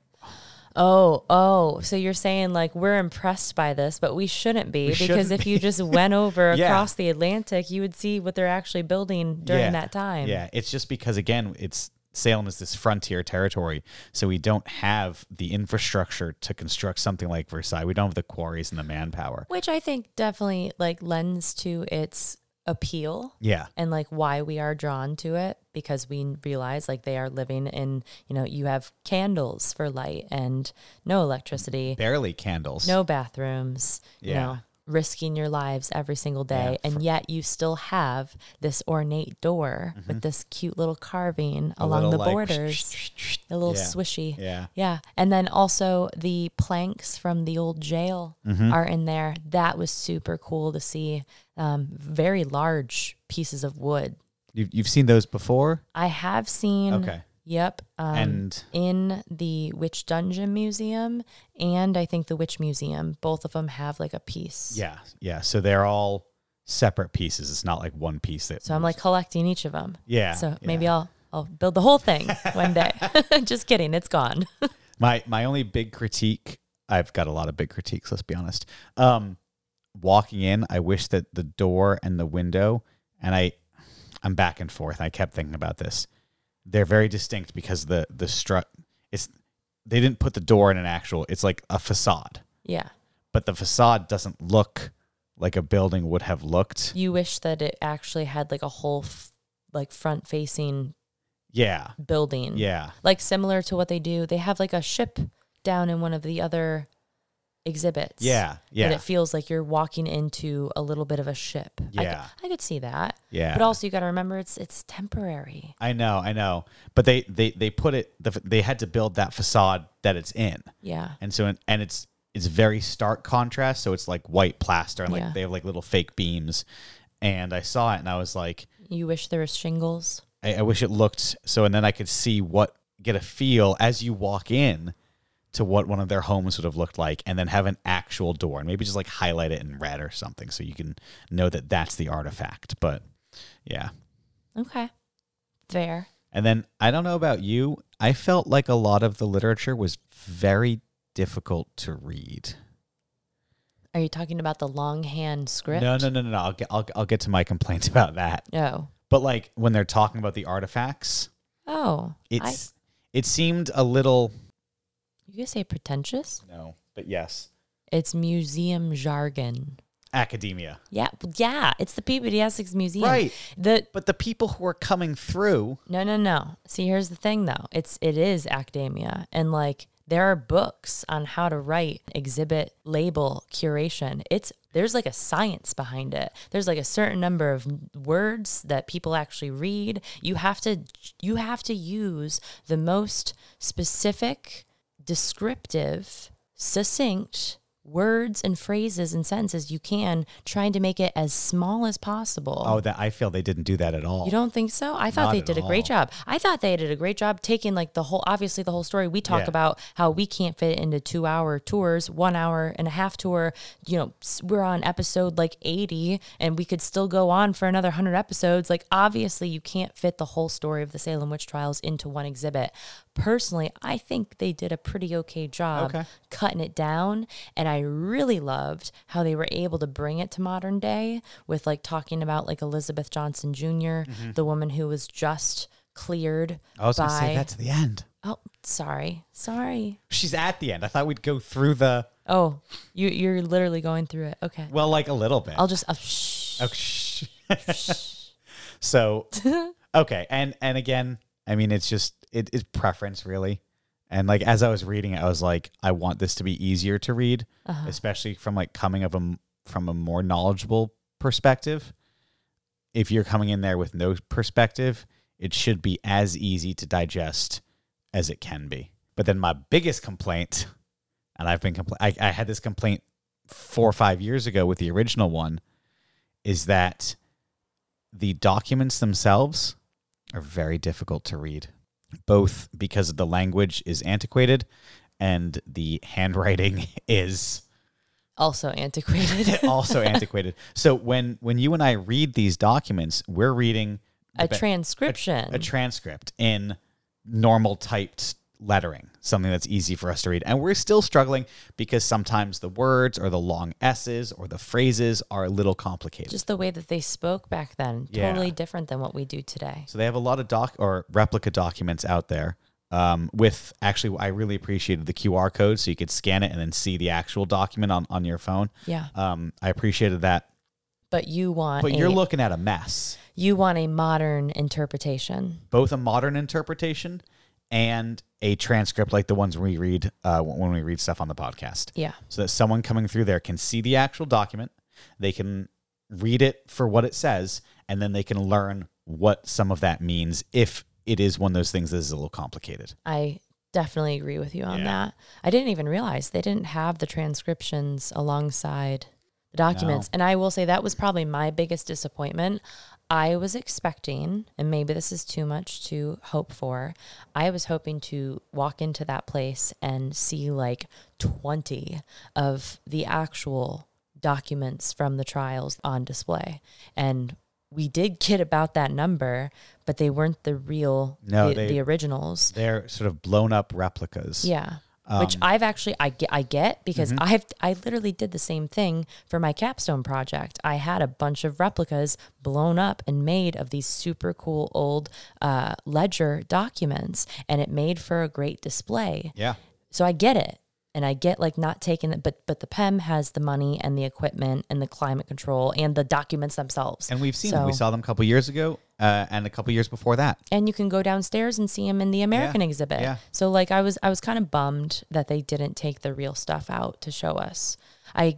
S2: Oh, oh. So you're saying like we're impressed by this, but we shouldn't be because
S1: shouldn't
S2: if you just went over
S1: Yeah.
S2: across the Atlantic, you would see what they're actually building during
S1: Yeah.
S2: that time.
S1: Yeah, it's just because again, it's Salem is this frontier territory, so we don't have the infrastructure to construct something like Versailles. We don't have the quarries and the manpower.
S2: Which I think definitely like lends to its appeal
S1: Yeah,
S2: and like why we are drawn to it because we realize like they are living in, you know, you have candles for light and no electricity,
S1: barely candles.
S2: no bathrooms, you
S1: Yeah.
S2: know, risking your lives every single day. and yet you still have this ornate door with this cute little carving along
S1: Mm-hmm. little,
S2: the
S1: like,
S2: borders, a little
S1: Yeah.
S2: swishy.
S1: Yeah.
S2: Yeah. And then also the planks from the old jail
S1: Mm-hmm.
S2: are in there. That was super cool to see. Um, very large pieces of wood.
S1: You've, you've seen those before?
S2: I have seen.
S1: Okay.
S2: Yep. Um,
S1: And-
S2: in the Witch Dungeon Museum and I think the Witch Museum, both of them have like a piece.
S1: Yeah. Yeah. So they're all separate pieces. It's not like one piece that.
S2: So I'm like collecting each of them.
S1: yeah.
S2: So
S1: yeah.
S2: maybe I'll I'll build the whole thing one day. Just kidding, it's gone.
S1: My, my only big critique, I've got a lot of big critiques, let's be honest. Um, walking in, I wish that the door and the window, and I, I'm back and forth. I kept thinking about this. They're very distinct because the, the strut, it's, they didn't put the door in an actual, it's like a facade,
S2: yeah.
S1: but the facade doesn't look like a building would have looked.
S2: You wish that it actually had like a whole f- like front facing
S1: Yeah.
S2: building.
S1: Yeah.
S2: Like similar to what they do. They have like a ship down in one of the other exhibits.
S1: Yeah. Yeah.
S2: And it feels like you're walking into a little bit of a ship. I could-
S1: Yeah.
S2: I could see that.
S1: yeah.
S2: But also, you got to remember it's it's temporary.
S1: I know, I know. But they they they put it. The, f- they had to build that facade that it's in,
S2: Yeah,
S1: and so and it's it's very stark contrast. So it's like white plaster, and like
S2: Yeah.
S1: they have like little fake beams. And I saw it, and I was like,
S2: you wish there was shingles.
S1: I, I wish it looked so. And then I could see what get a feel as you walk in to what one of their homes would have looked like, and then have an actual door, and maybe just like highlight it in red or something, so you can know that that's the artifact. But yeah,
S2: Okay, fair.
S1: And then I don't know about you, I felt like a lot of the literature was very difficult to read.
S2: Are you talking about the longhand script?
S1: No, no, no, no, no. I'll get, I'll, I'll get to my complaints about that.
S2: No.
S1: But like when they're talking about the artifacts,
S2: Oh, I,
S1: it's it seemed a little
S2: you could say pretentious.
S1: no, but yes,
S2: It's museum jargon.
S1: academia.
S2: Yeah, well, yeah. It's the Peabody Essex Museum.
S1: Right.
S2: The
S1: But the people who are coming through,
S2: no, no, no. See, here's the thing though. It's it is academia, and like there are books on how to write, exhibit, label, curation. It's there's like a science behind it. There's like a certain number of words that people actually read. You have to you have to use the most specific, descriptive, succinct words and phrases and sentences you can, trying to make it as small as possible.
S1: Oh, that I feel they didn't do that at all.
S2: You don't think so? I thought
S1: Not
S2: they
S1: at
S2: did a great job. I thought they did a great job taking like the whole, obviously the whole story. We talk
S1: Yeah.
S2: about how we can't fit into two hour tours, one hour and a half tour. You know, s- we're on episode like 80 and we could still go on for another 100 episodes. Like, obviously, you can't fit the whole story of the Salem witch trials into one exhibit. Personally, I think they did a pretty okay job
S1: Okay.
S2: cutting it down. And I really loved how they were able to bring it to modern day with like talking about like Elizabeth Johnson junior the woman who was just cleared
S1: I was
S2: by.
S1: going to say that to the end.
S2: Oh, sorry, sorry.
S1: She's at the end. I thought we'd go through the
S2: Oh, you you're literally going through it. Okay,
S1: well, like a little bit.
S2: I'll just. Uh, shh.
S1: Oh, shh. so okay, and and again, I mean, it's just it, it's preference really, and like as I was reading it, I was like, I want this to be easier to read, especially from like coming of a m- from a more knowledgeable perspective. If you're coming in there with no perspective, it should be as easy to digest as it can be. But then my biggest complaint, and I've been compla- I, I had this complaint four or five years ago with the original one, is that the documents themselves are very difficult to read, both because the language is antiquated and the handwriting is
S2: Also antiquated.
S1: also antiquated. So when when you and I read these documents, we're reading
S2: a
S1: ba-
S2: transcription.
S1: a transcript in normal typed lettering, something that's easy for us to read. And we're still struggling because sometimes the words or the long s's or the phrases are a little complicated.
S2: just the way that they spoke back then,
S1: Yeah.
S2: totally different than what we do today.
S1: So they have a lot of doc or replica documents out there. Um, with actually, I really appreciated the QR code so you could scan it and then see the actual document on, on your phone.
S2: Yeah,
S1: Um, I appreciated that,
S2: but you want
S1: but
S2: a,
S1: you're looking at a mess,
S2: you want a modern interpretation.
S1: both a modern interpretation and a transcript like the ones we read uh, when we read stuff on the podcast.
S2: Yeah.
S1: so that someone coming through there can see the actual document, they can read it for what it says, and then they can learn what some of that means if it is one of those things that is a little complicated.
S2: I definitely agree with you on
S1: Yeah.
S2: that. I didn't even realize they didn't have the transcriptions alongside the documents. And I will say that was probably my biggest disappointment. I was expecting, and maybe this is too much to hope for, I was hoping to walk into that place and see like 20 of the actual documents from the trials on display. And we did get about that number, but they weren't the real,
S1: No,
S2: the,
S1: they-
S2: the originals.
S1: They're sort of blown up replicas.
S2: Yeah. Which
S1: Um,
S2: I've actually I get I get because
S1: Mm-hmm.
S2: I've I literally did the same thing for my capstone project. I had a bunch of replicas blown up and made of these super cool old uh, ledger documents, and it made for a great display.
S1: Yeah.
S2: So I get it, and I get like not taking it, but but the PEM has the money and the equipment and the climate control and the documents themselves.
S1: And we've seen them. We
S2: So-
S1: saw them a couple years ago uh, and a couple years before that.
S2: and you can go downstairs and see him in the American exhibit.
S1: yeah.
S2: So like I was I was kind of bummed that they didn't take the real stuff out to show us. I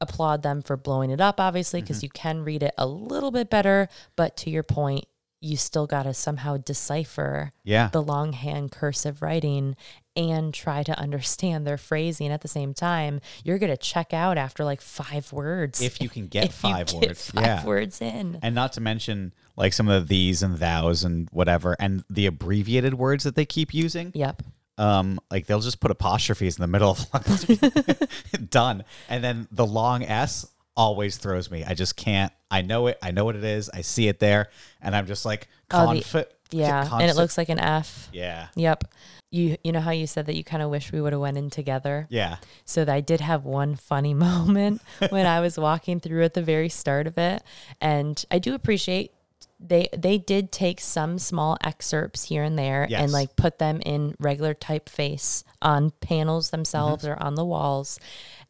S2: applaud them for blowing it up obviously
S1: Mm-hmm.
S2: because you can read it a little bit better, but to your point, you still got to somehow decipher
S1: Yeah.
S2: the longhand cursive writing and try to understand their phrasing at the same time. You're going to check out after like 5 words.
S1: if you can get
S2: If you
S1: five
S2: get
S1: words.
S2: five
S1: yeah.
S2: words in.
S1: And not to mention like some of the these and thous and whatever and the abbreviated words that they keep using.
S2: Yep.
S1: Um, like they'll just put apostrophes in the middle of done. And then the long S always throws me. I just can't. I know it. I know what it is. I see it there. And I'm just like,
S2: Oh, the-
S1: confit.
S2: Yeah, and it looks like an F.
S1: Yeah.
S2: Yep. You you know how you said that you kind of wish we would have went in together.
S1: Yeah.
S2: So that I did have one funny moment when I was walking through at the very start of it, and I do appreciate they they did take some small excerpts here and there
S1: Yes.
S2: and like put them in regular typeface on panels themselves
S1: Mm-hmm.
S2: or on the walls.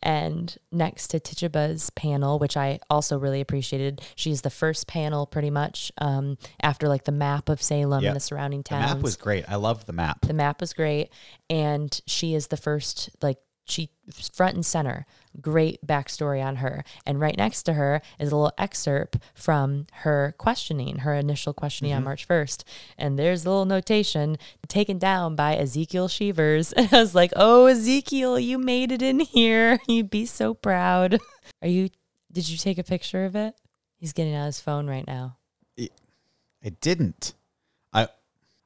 S2: And next to Tituba's panel, which I also really appreciated, she's the first panel pretty much um, after like the map of Salem
S1: Yep.
S2: and the surrounding
S1: The
S2: towns.
S1: map was great. I loved the map.
S2: The map was great, and she is the first like she front and center Great backstory on her. And right next to her is a little excerpt from her questioning, her initial questioning
S1: Mm-hmm.
S2: on March 1st. And there's a little notation taken down by Ezekiel Shevers. And I was like, oh, Ezekiel, you made it in here. You'd be so proud. Are you, did you take a picture of it? He's getting on his phone right now.
S1: I didn't. I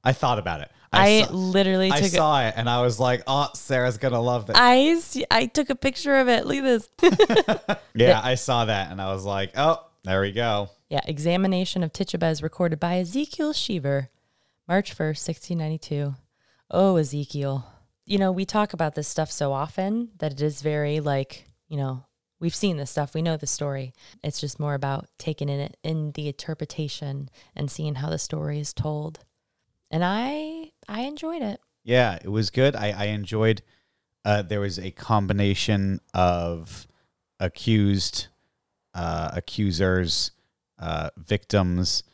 S1: I thought about it.
S2: I,
S1: saw,
S2: literally
S1: I
S2: took a
S1: saw it and I was like, "Oh, Sarah's gonna love this."
S2: I s- I took a picture of it. Look at this.
S1: yeah, I saw that and I was like, "Oh, there we go."
S2: yeah, examination of Tituba recorded by Ezekiel Sheever, March 1st, 1692. Oh, Ezekiel. You know, we talk about this stuff so often that it is very like, you know, we've seen this stuff, we know the story. It's just more about taking in it in the interpretation and seeing how the story is told. And I I enjoyed it.
S1: Yeah, it was good. I I enjoyed. Uh, there was a combination of accused, uh, accusers, uh, victims,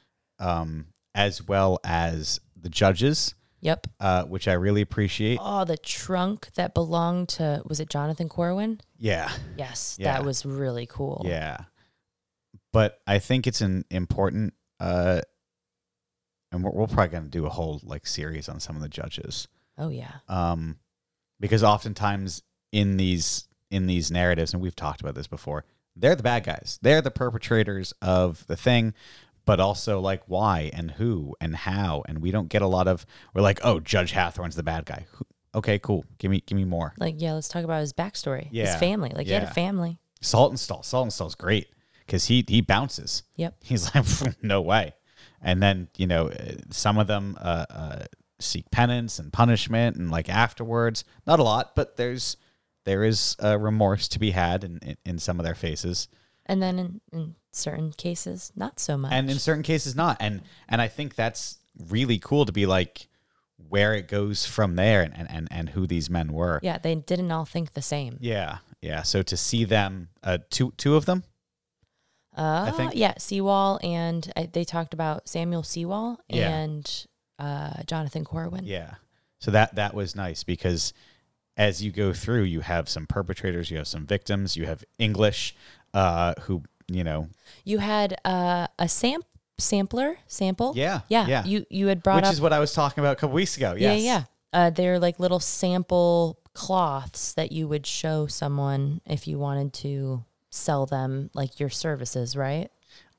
S1: um, as well as the judges,
S2: Yep.
S1: uh, which I really appreciate.
S2: Oh, the trunk that belonged to was it Jonathan Corwin?
S1: Yeah.
S2: Yes,
S1: Yeah.
S2: that was really cool.
S1: Yeah. But I think it's an important uh and we're, we're probably going to do a whole like series on some of the judges.
S2: Oh yeah.
S1: Um because oftentimes in these in these narratives and we've talked about this before, they're the bad guys. They're the perpetrators of the thing, but also like why and who and how and we don't get a lot of we're like, "Oh, Judge Hathorn's the bad guy." Who- Okay, cool. Give me give me more.
S2: Like yeah, let's talk about his backstory. His
S1: Yeah.
S2: family. Like he had
S1: Yeah.
S2: a family.
S1: Saltonstall. Saltonstall's great because he he bounces.
S2: Yep.
S1: He's like, no way. And then you know, uh, some of them uh, uh, seek penance and punishment, and like afterwards, not a lot, but there's there is uh, remorse to be had in, in, in some of their faces,
S2: And then in, in certain cases, not so much.
S1: and in certain cases, not. And and I think that's really cool to be like where it goes from there, and and and, and who these men were.
S2: yeah, they didn't all think the same.
S1: Yeah, yeah. So to see them, uh, two two of them,
S2: Uh,
S1: think-
S2: yeah, Seawall and I, they talked about Samuel Seawall
S1: Yeah.
S2: and uh, Jonathan Corwin.
S1: Yeah. So that that was nice because as you go through, you have some perpetrators, you have some victims, you have English, uh, who you know,
S2: You had uh, a sam- sampler sample.
S1: Yeah,
S2: Yeah.
S1: yeah.
S2: You you had brought
S1: which
S2: up
S1: is what I was talking about a couple weeks ago. Yes.
S2: Yeah, yeah. Uh, they're like little sample cloths that you would show someone if you wanted to sell them like your services, right?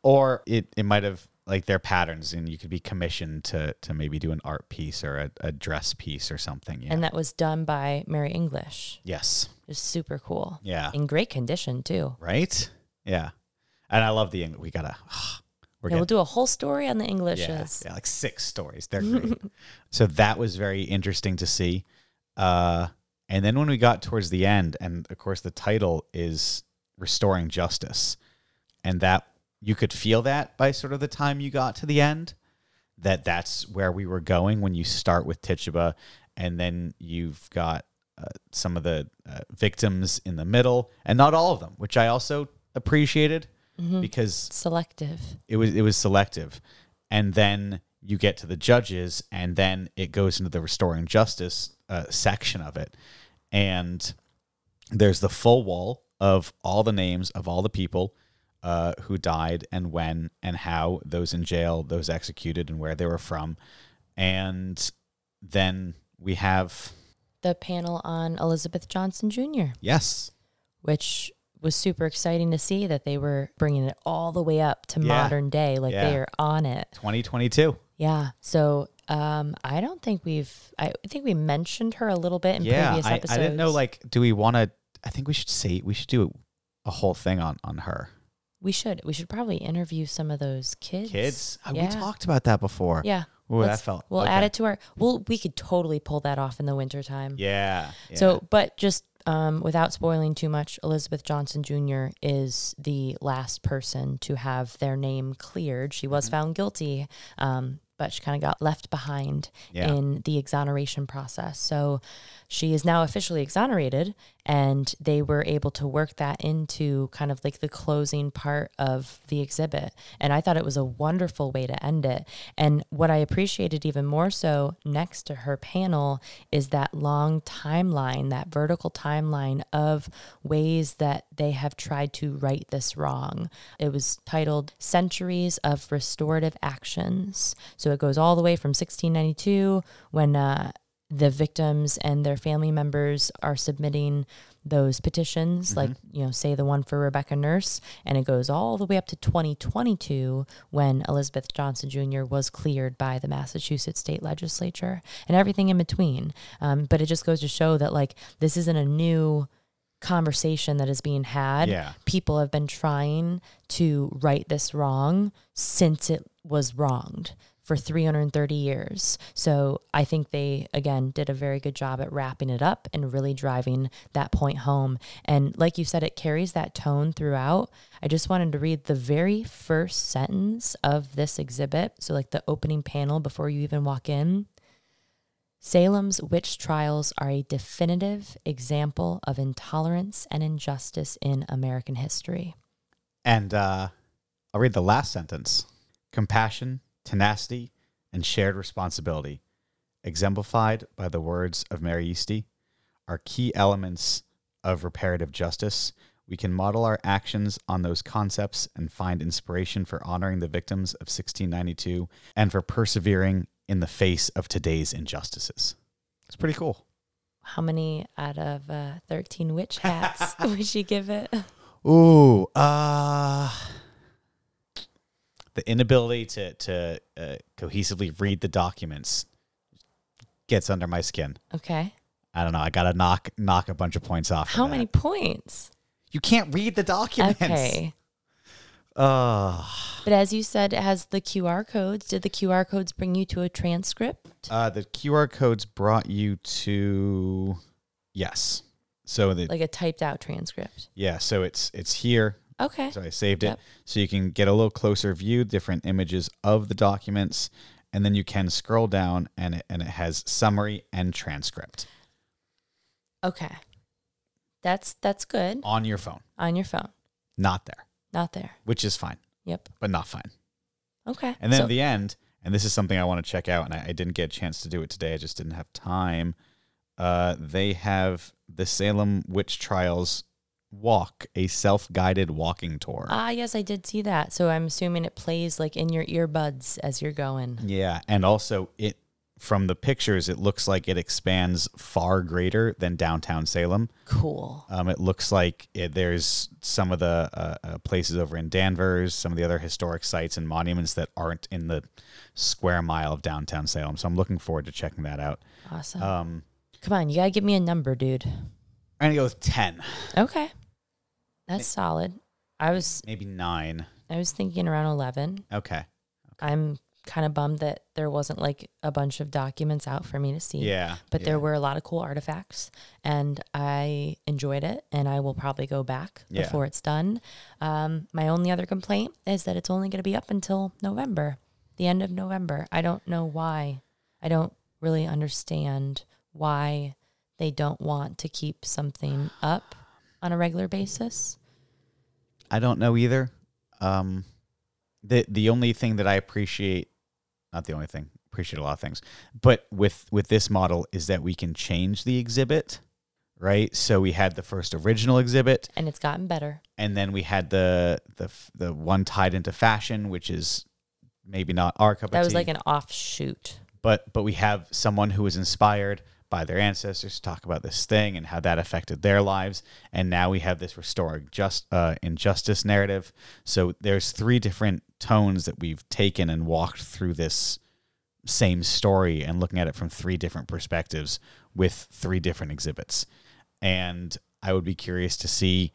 S1: Or it it might have like their patterns, and you could be commissioned to to maybe do an art piece or a, a dress piece or something. Yeah.
S2: And that was done by Mary English.
S1: yes.
S2: It's super cool.
S1: Yeah.
S2: In great condition too.
S1: Right. Yeah. And I love the English. We gotta. We're
S2: Yeah,
S1: getting
S2: we'll do a whole story on the
S1: yeah,
S2: Englishes.
S1: yeah, like six stories. They're great. so that was very interesting to see. Uh, and then when we got towards the end, and of course the title is "Restoring Justice," and that you could feel that by sort of the time you got to the end, that that's where we were going when you start with Tituba, and then you've got uh, some of the uh, victims in the middle, and not all of them, which I also appreciated because
S2: Selective.
S1: it was it was selective and then you get to the judges and then it goes into the restoring justice uh, section of it and there's the full wall of all the names of all the people uh, who died and when and how those in jail those executed and where they were from and then we have
S2: The panel on Elizabeth Johnson Jr.,
S1: yes
S2: which was super exciting to see that they were bringing it all the way up to
S1: Yeah.
S2: modern day. Like
S1: Yeah.
S2: they are on it.
S1: 2022
S2: Yeah. So um, I don't think we've. I think we mentioned her a little bit in
S1: yeah
S2: previous
S1: I,
S2: episodes.
S1: I didn't know like do we want to i think we should say we should do a whole thing on on her
S2: we should. We should probably interview some of those kids.
S1: kids. Oh, We
S2: Yeah.
S1: talked about that before.
S2: Yeah.
S1: Ooh, that
S2: Let's-
S1: felt.
S2: We'll
S1: okay.
S2: add it to our. Well, we could totally pull that off in the wintertime.
S1: Yeah. yeah.
S2: So, but just um, without spoiling too much, Elizabeth Johnson Jr. is the last person to have their name cleared. She
S1: Mm-hmm.
S2: was found guilty, um, but she kind of got left behind
S1: Yeah.
S2: in the exoneration process. So she is now officially exonerated And they were able to work that into kind of like the closing part of the exhibit. And I thought it was a wonderful way to end it. And what I appreciated even more so next to her panel is that long timeline, that vertical timeline of ways that they have tried to right this wrong. It was titled Centuries of Restorative Actions. So it goes all the way from 1692 when uh, the victims and their family members are submitting those petitions, like, you know, say the one for Rebecca Nurse, and it goes all the way up to 2022 when Elizabeth Johnson Jr. was cleared by the Massachusetts state legislature and everything in between. Um, but it just goes to show that, like, this isn't a new conversation that is being had.
S1: Yeah.
S2: People have been trying to right this wrong since it was wronged for 330 years. So I think they, again, did a very good job at wrapping it up and really driving that point home. And like you said, it carries that tone throughout. I just wanted to read the very first sentence of this exhibit. So, like the opening panel before you even walk in. Salem's witch trials are a definitive example of intolerance and injustice in American history.
S1: And uh, I'll read the last sentence compassion, tenacity, and shared responsibility, exemplified by the words of Mary Eastie, are key elements of reparative justice. We can model our actions on those concepts and find inspiration for honoring the victims of 1692 and for persevering in the face of today's injustices. It's pretty cool.
S2: How many out of uh, 13 witch hats would you give it?
S1: Ooh, uh, the inability to to uh, cohesively read the documents gets under my skin.
S2: Okay.
S1: I don't know. I gotta knock knock a bunch of points off. for
S2: How
S1: that.
S2: many points?
S1: You can't read the documents.
S2: Okay.
S1: Uh,
S2: But as you said, it has the QR codes. Did the QR codes bring you to a transcript?
S1: uh, the QR codes brought you to yes. So the
S2: Like a typed out transcript.
S1: yeah. So it's it's here.
S2: Okay.
S1: So I saved
S2: Yep.
S1: it so you can get a little closer view, different images of the documents, and then you can scroll down and it, and it has summary and transcript
S2: Okay. That's that's good
S1: on your phone,
S2: on your phone.
S1: not there,
S2: Not there.
S1: which is fine,
S2: Yep.
S1: but not fine.
S2: Okay.
S1: And then
S2: So-
S1: at the end, and this is something I want to check out, and I, I didn't get a chance to do it today. I just didn't have time. Uh, they have the Salem Witch Trials walk, a self-guided walking tour.
S2: Ah, yes, I did see that. So I'm assuming it plays like in your earbuds as you're going.
S1: Yeah, and also it from the pictures, it looks like it expands far greater than downtown Salem.
S2: Cool.
S1: Um, it looks like it, there's some of the uh, uh, places over in Danvers, some of the other historic sites and monuments that aren't in the square mile of downtown Salem. So I'm looking forward to checking that out.
S2: Awesome.
S1: Um,
S2: Come on, you gotta give me a number, dude.
S1: I'm gonna go with ten,
S2: Okay. That's solid. I was
S1: maybe nine.
S2: I was thinking around eleven.
S1: Okay.
S2: I'm kind of bummed that there wasn't like a bunch of documents out for me to see.
S1: Yeah.
S2: But
S1: yeah.
S2: there were a lot of cool artifacts, and I enjoyed it, and I will probably go back
S1: Yeah.
S2: before it's done. Um, my only other complaint is that it's only going to be up until November, the end of November. I don't know why. I don't really understand why they don't want to keep something up on a regular basis.
S1: I don't know either. Um, the the only thing that I appreciate, not the only thing, appreciate a lot of things, but with with this model is that we can change the exhibit, right? So we had the first original exhibit,
S2: And it's gotten better.
S1: and then we had the the f- the one tied into fashion, which is maybe not our cup
S2: That
S1: of
S2: was
S1: tea,
S2: like an offshoot.
S1: but but we have someone who was inspired by their ancestors to talk about this thing and how that affected their lives and now we have this restoring just uh, injustice narrative so there's three different tones that we've taken and walked through this same story and looking at it from three different perspectives with three different exhibits and i would be curious to see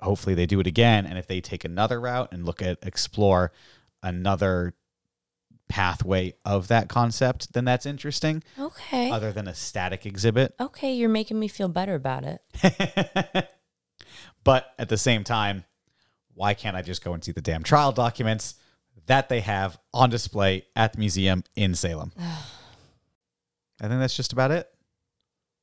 S1: hopefully they do it again and if they take another route and look at explore another pathway of that concept, then that's interesting.
S2: Okay.
S1: Other than a static exhibit.
S2: okay, you're making me feel better about it.
S1: but at the same time, why can't I just go and see the damn trial documents that they have on display at the museum in Salem? I think that's just about it.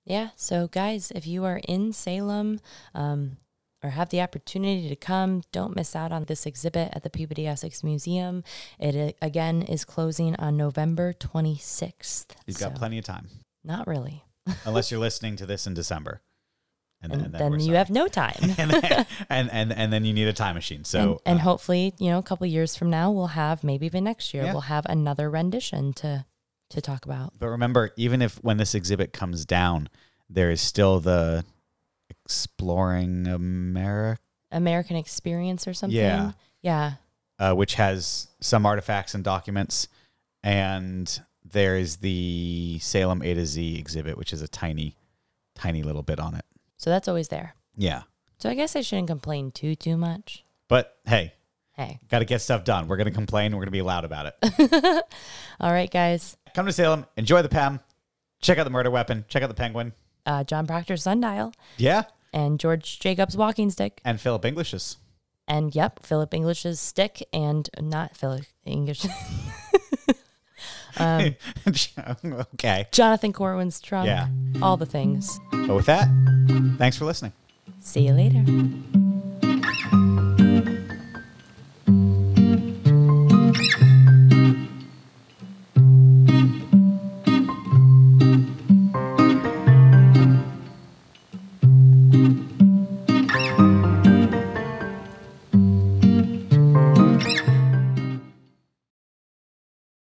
S2: Yeah. So, guys, if you are in Salem um, or have the opportunity to come, don't miss out on this exhibit at the Peabody Essex Museum. It uh, again is closing on November 26th.
S1: You've got
S2: So,
S1: plenty of time,
S2: Not really.
S1: unless you're listening to this in December, and
S2: And,
S1: then, and then
S2: then
S1: we're
S2: you
S1: sorry.
S2: have no time.
S1: and, then, and and and then you need a time machine.
S2: and,
S1: So
S2: and
S1: uh,
S2: hopefully, you know, a couple years from now, we'll have maybe even next year,
S1: Yeah.
S2: we'll have another rendition to to talk about.
S1: But remember, even if when this exhibit comes down, there is still the exploring America,
S2: American Experience or something.
S1: Yeah.
S2: Yeah.
S1: uh, which has some artifacts and documents, and there is the Salem A to Z exhibit, which is a tiny, tiny little bit on it.
S2: So that's always there.
S1: Yeah,
S2: So I guess I shouldn't complain too too much.
S1: but hey,
S2: Hey.
S1: got to get stuff done. We're gonna complain. We're gonna be loud about it.
S2: All right, guys.
S1: Come to Salem, enjoy the PAM, check out the murder weapon, check out the penguin.
S2: Uh, John Proctor's sundial
S1: Yeah,
S2: and George Jacob's walking stick.
S1: and Philip English's.
S2: And yep, Philip English's stick and not Philip English.
S1: okay.
S2: Jonathan Corwin's trunk.
S1: Yeah.
S2: All the things.
S1: But with that, thanks for listening.
S2: See you later.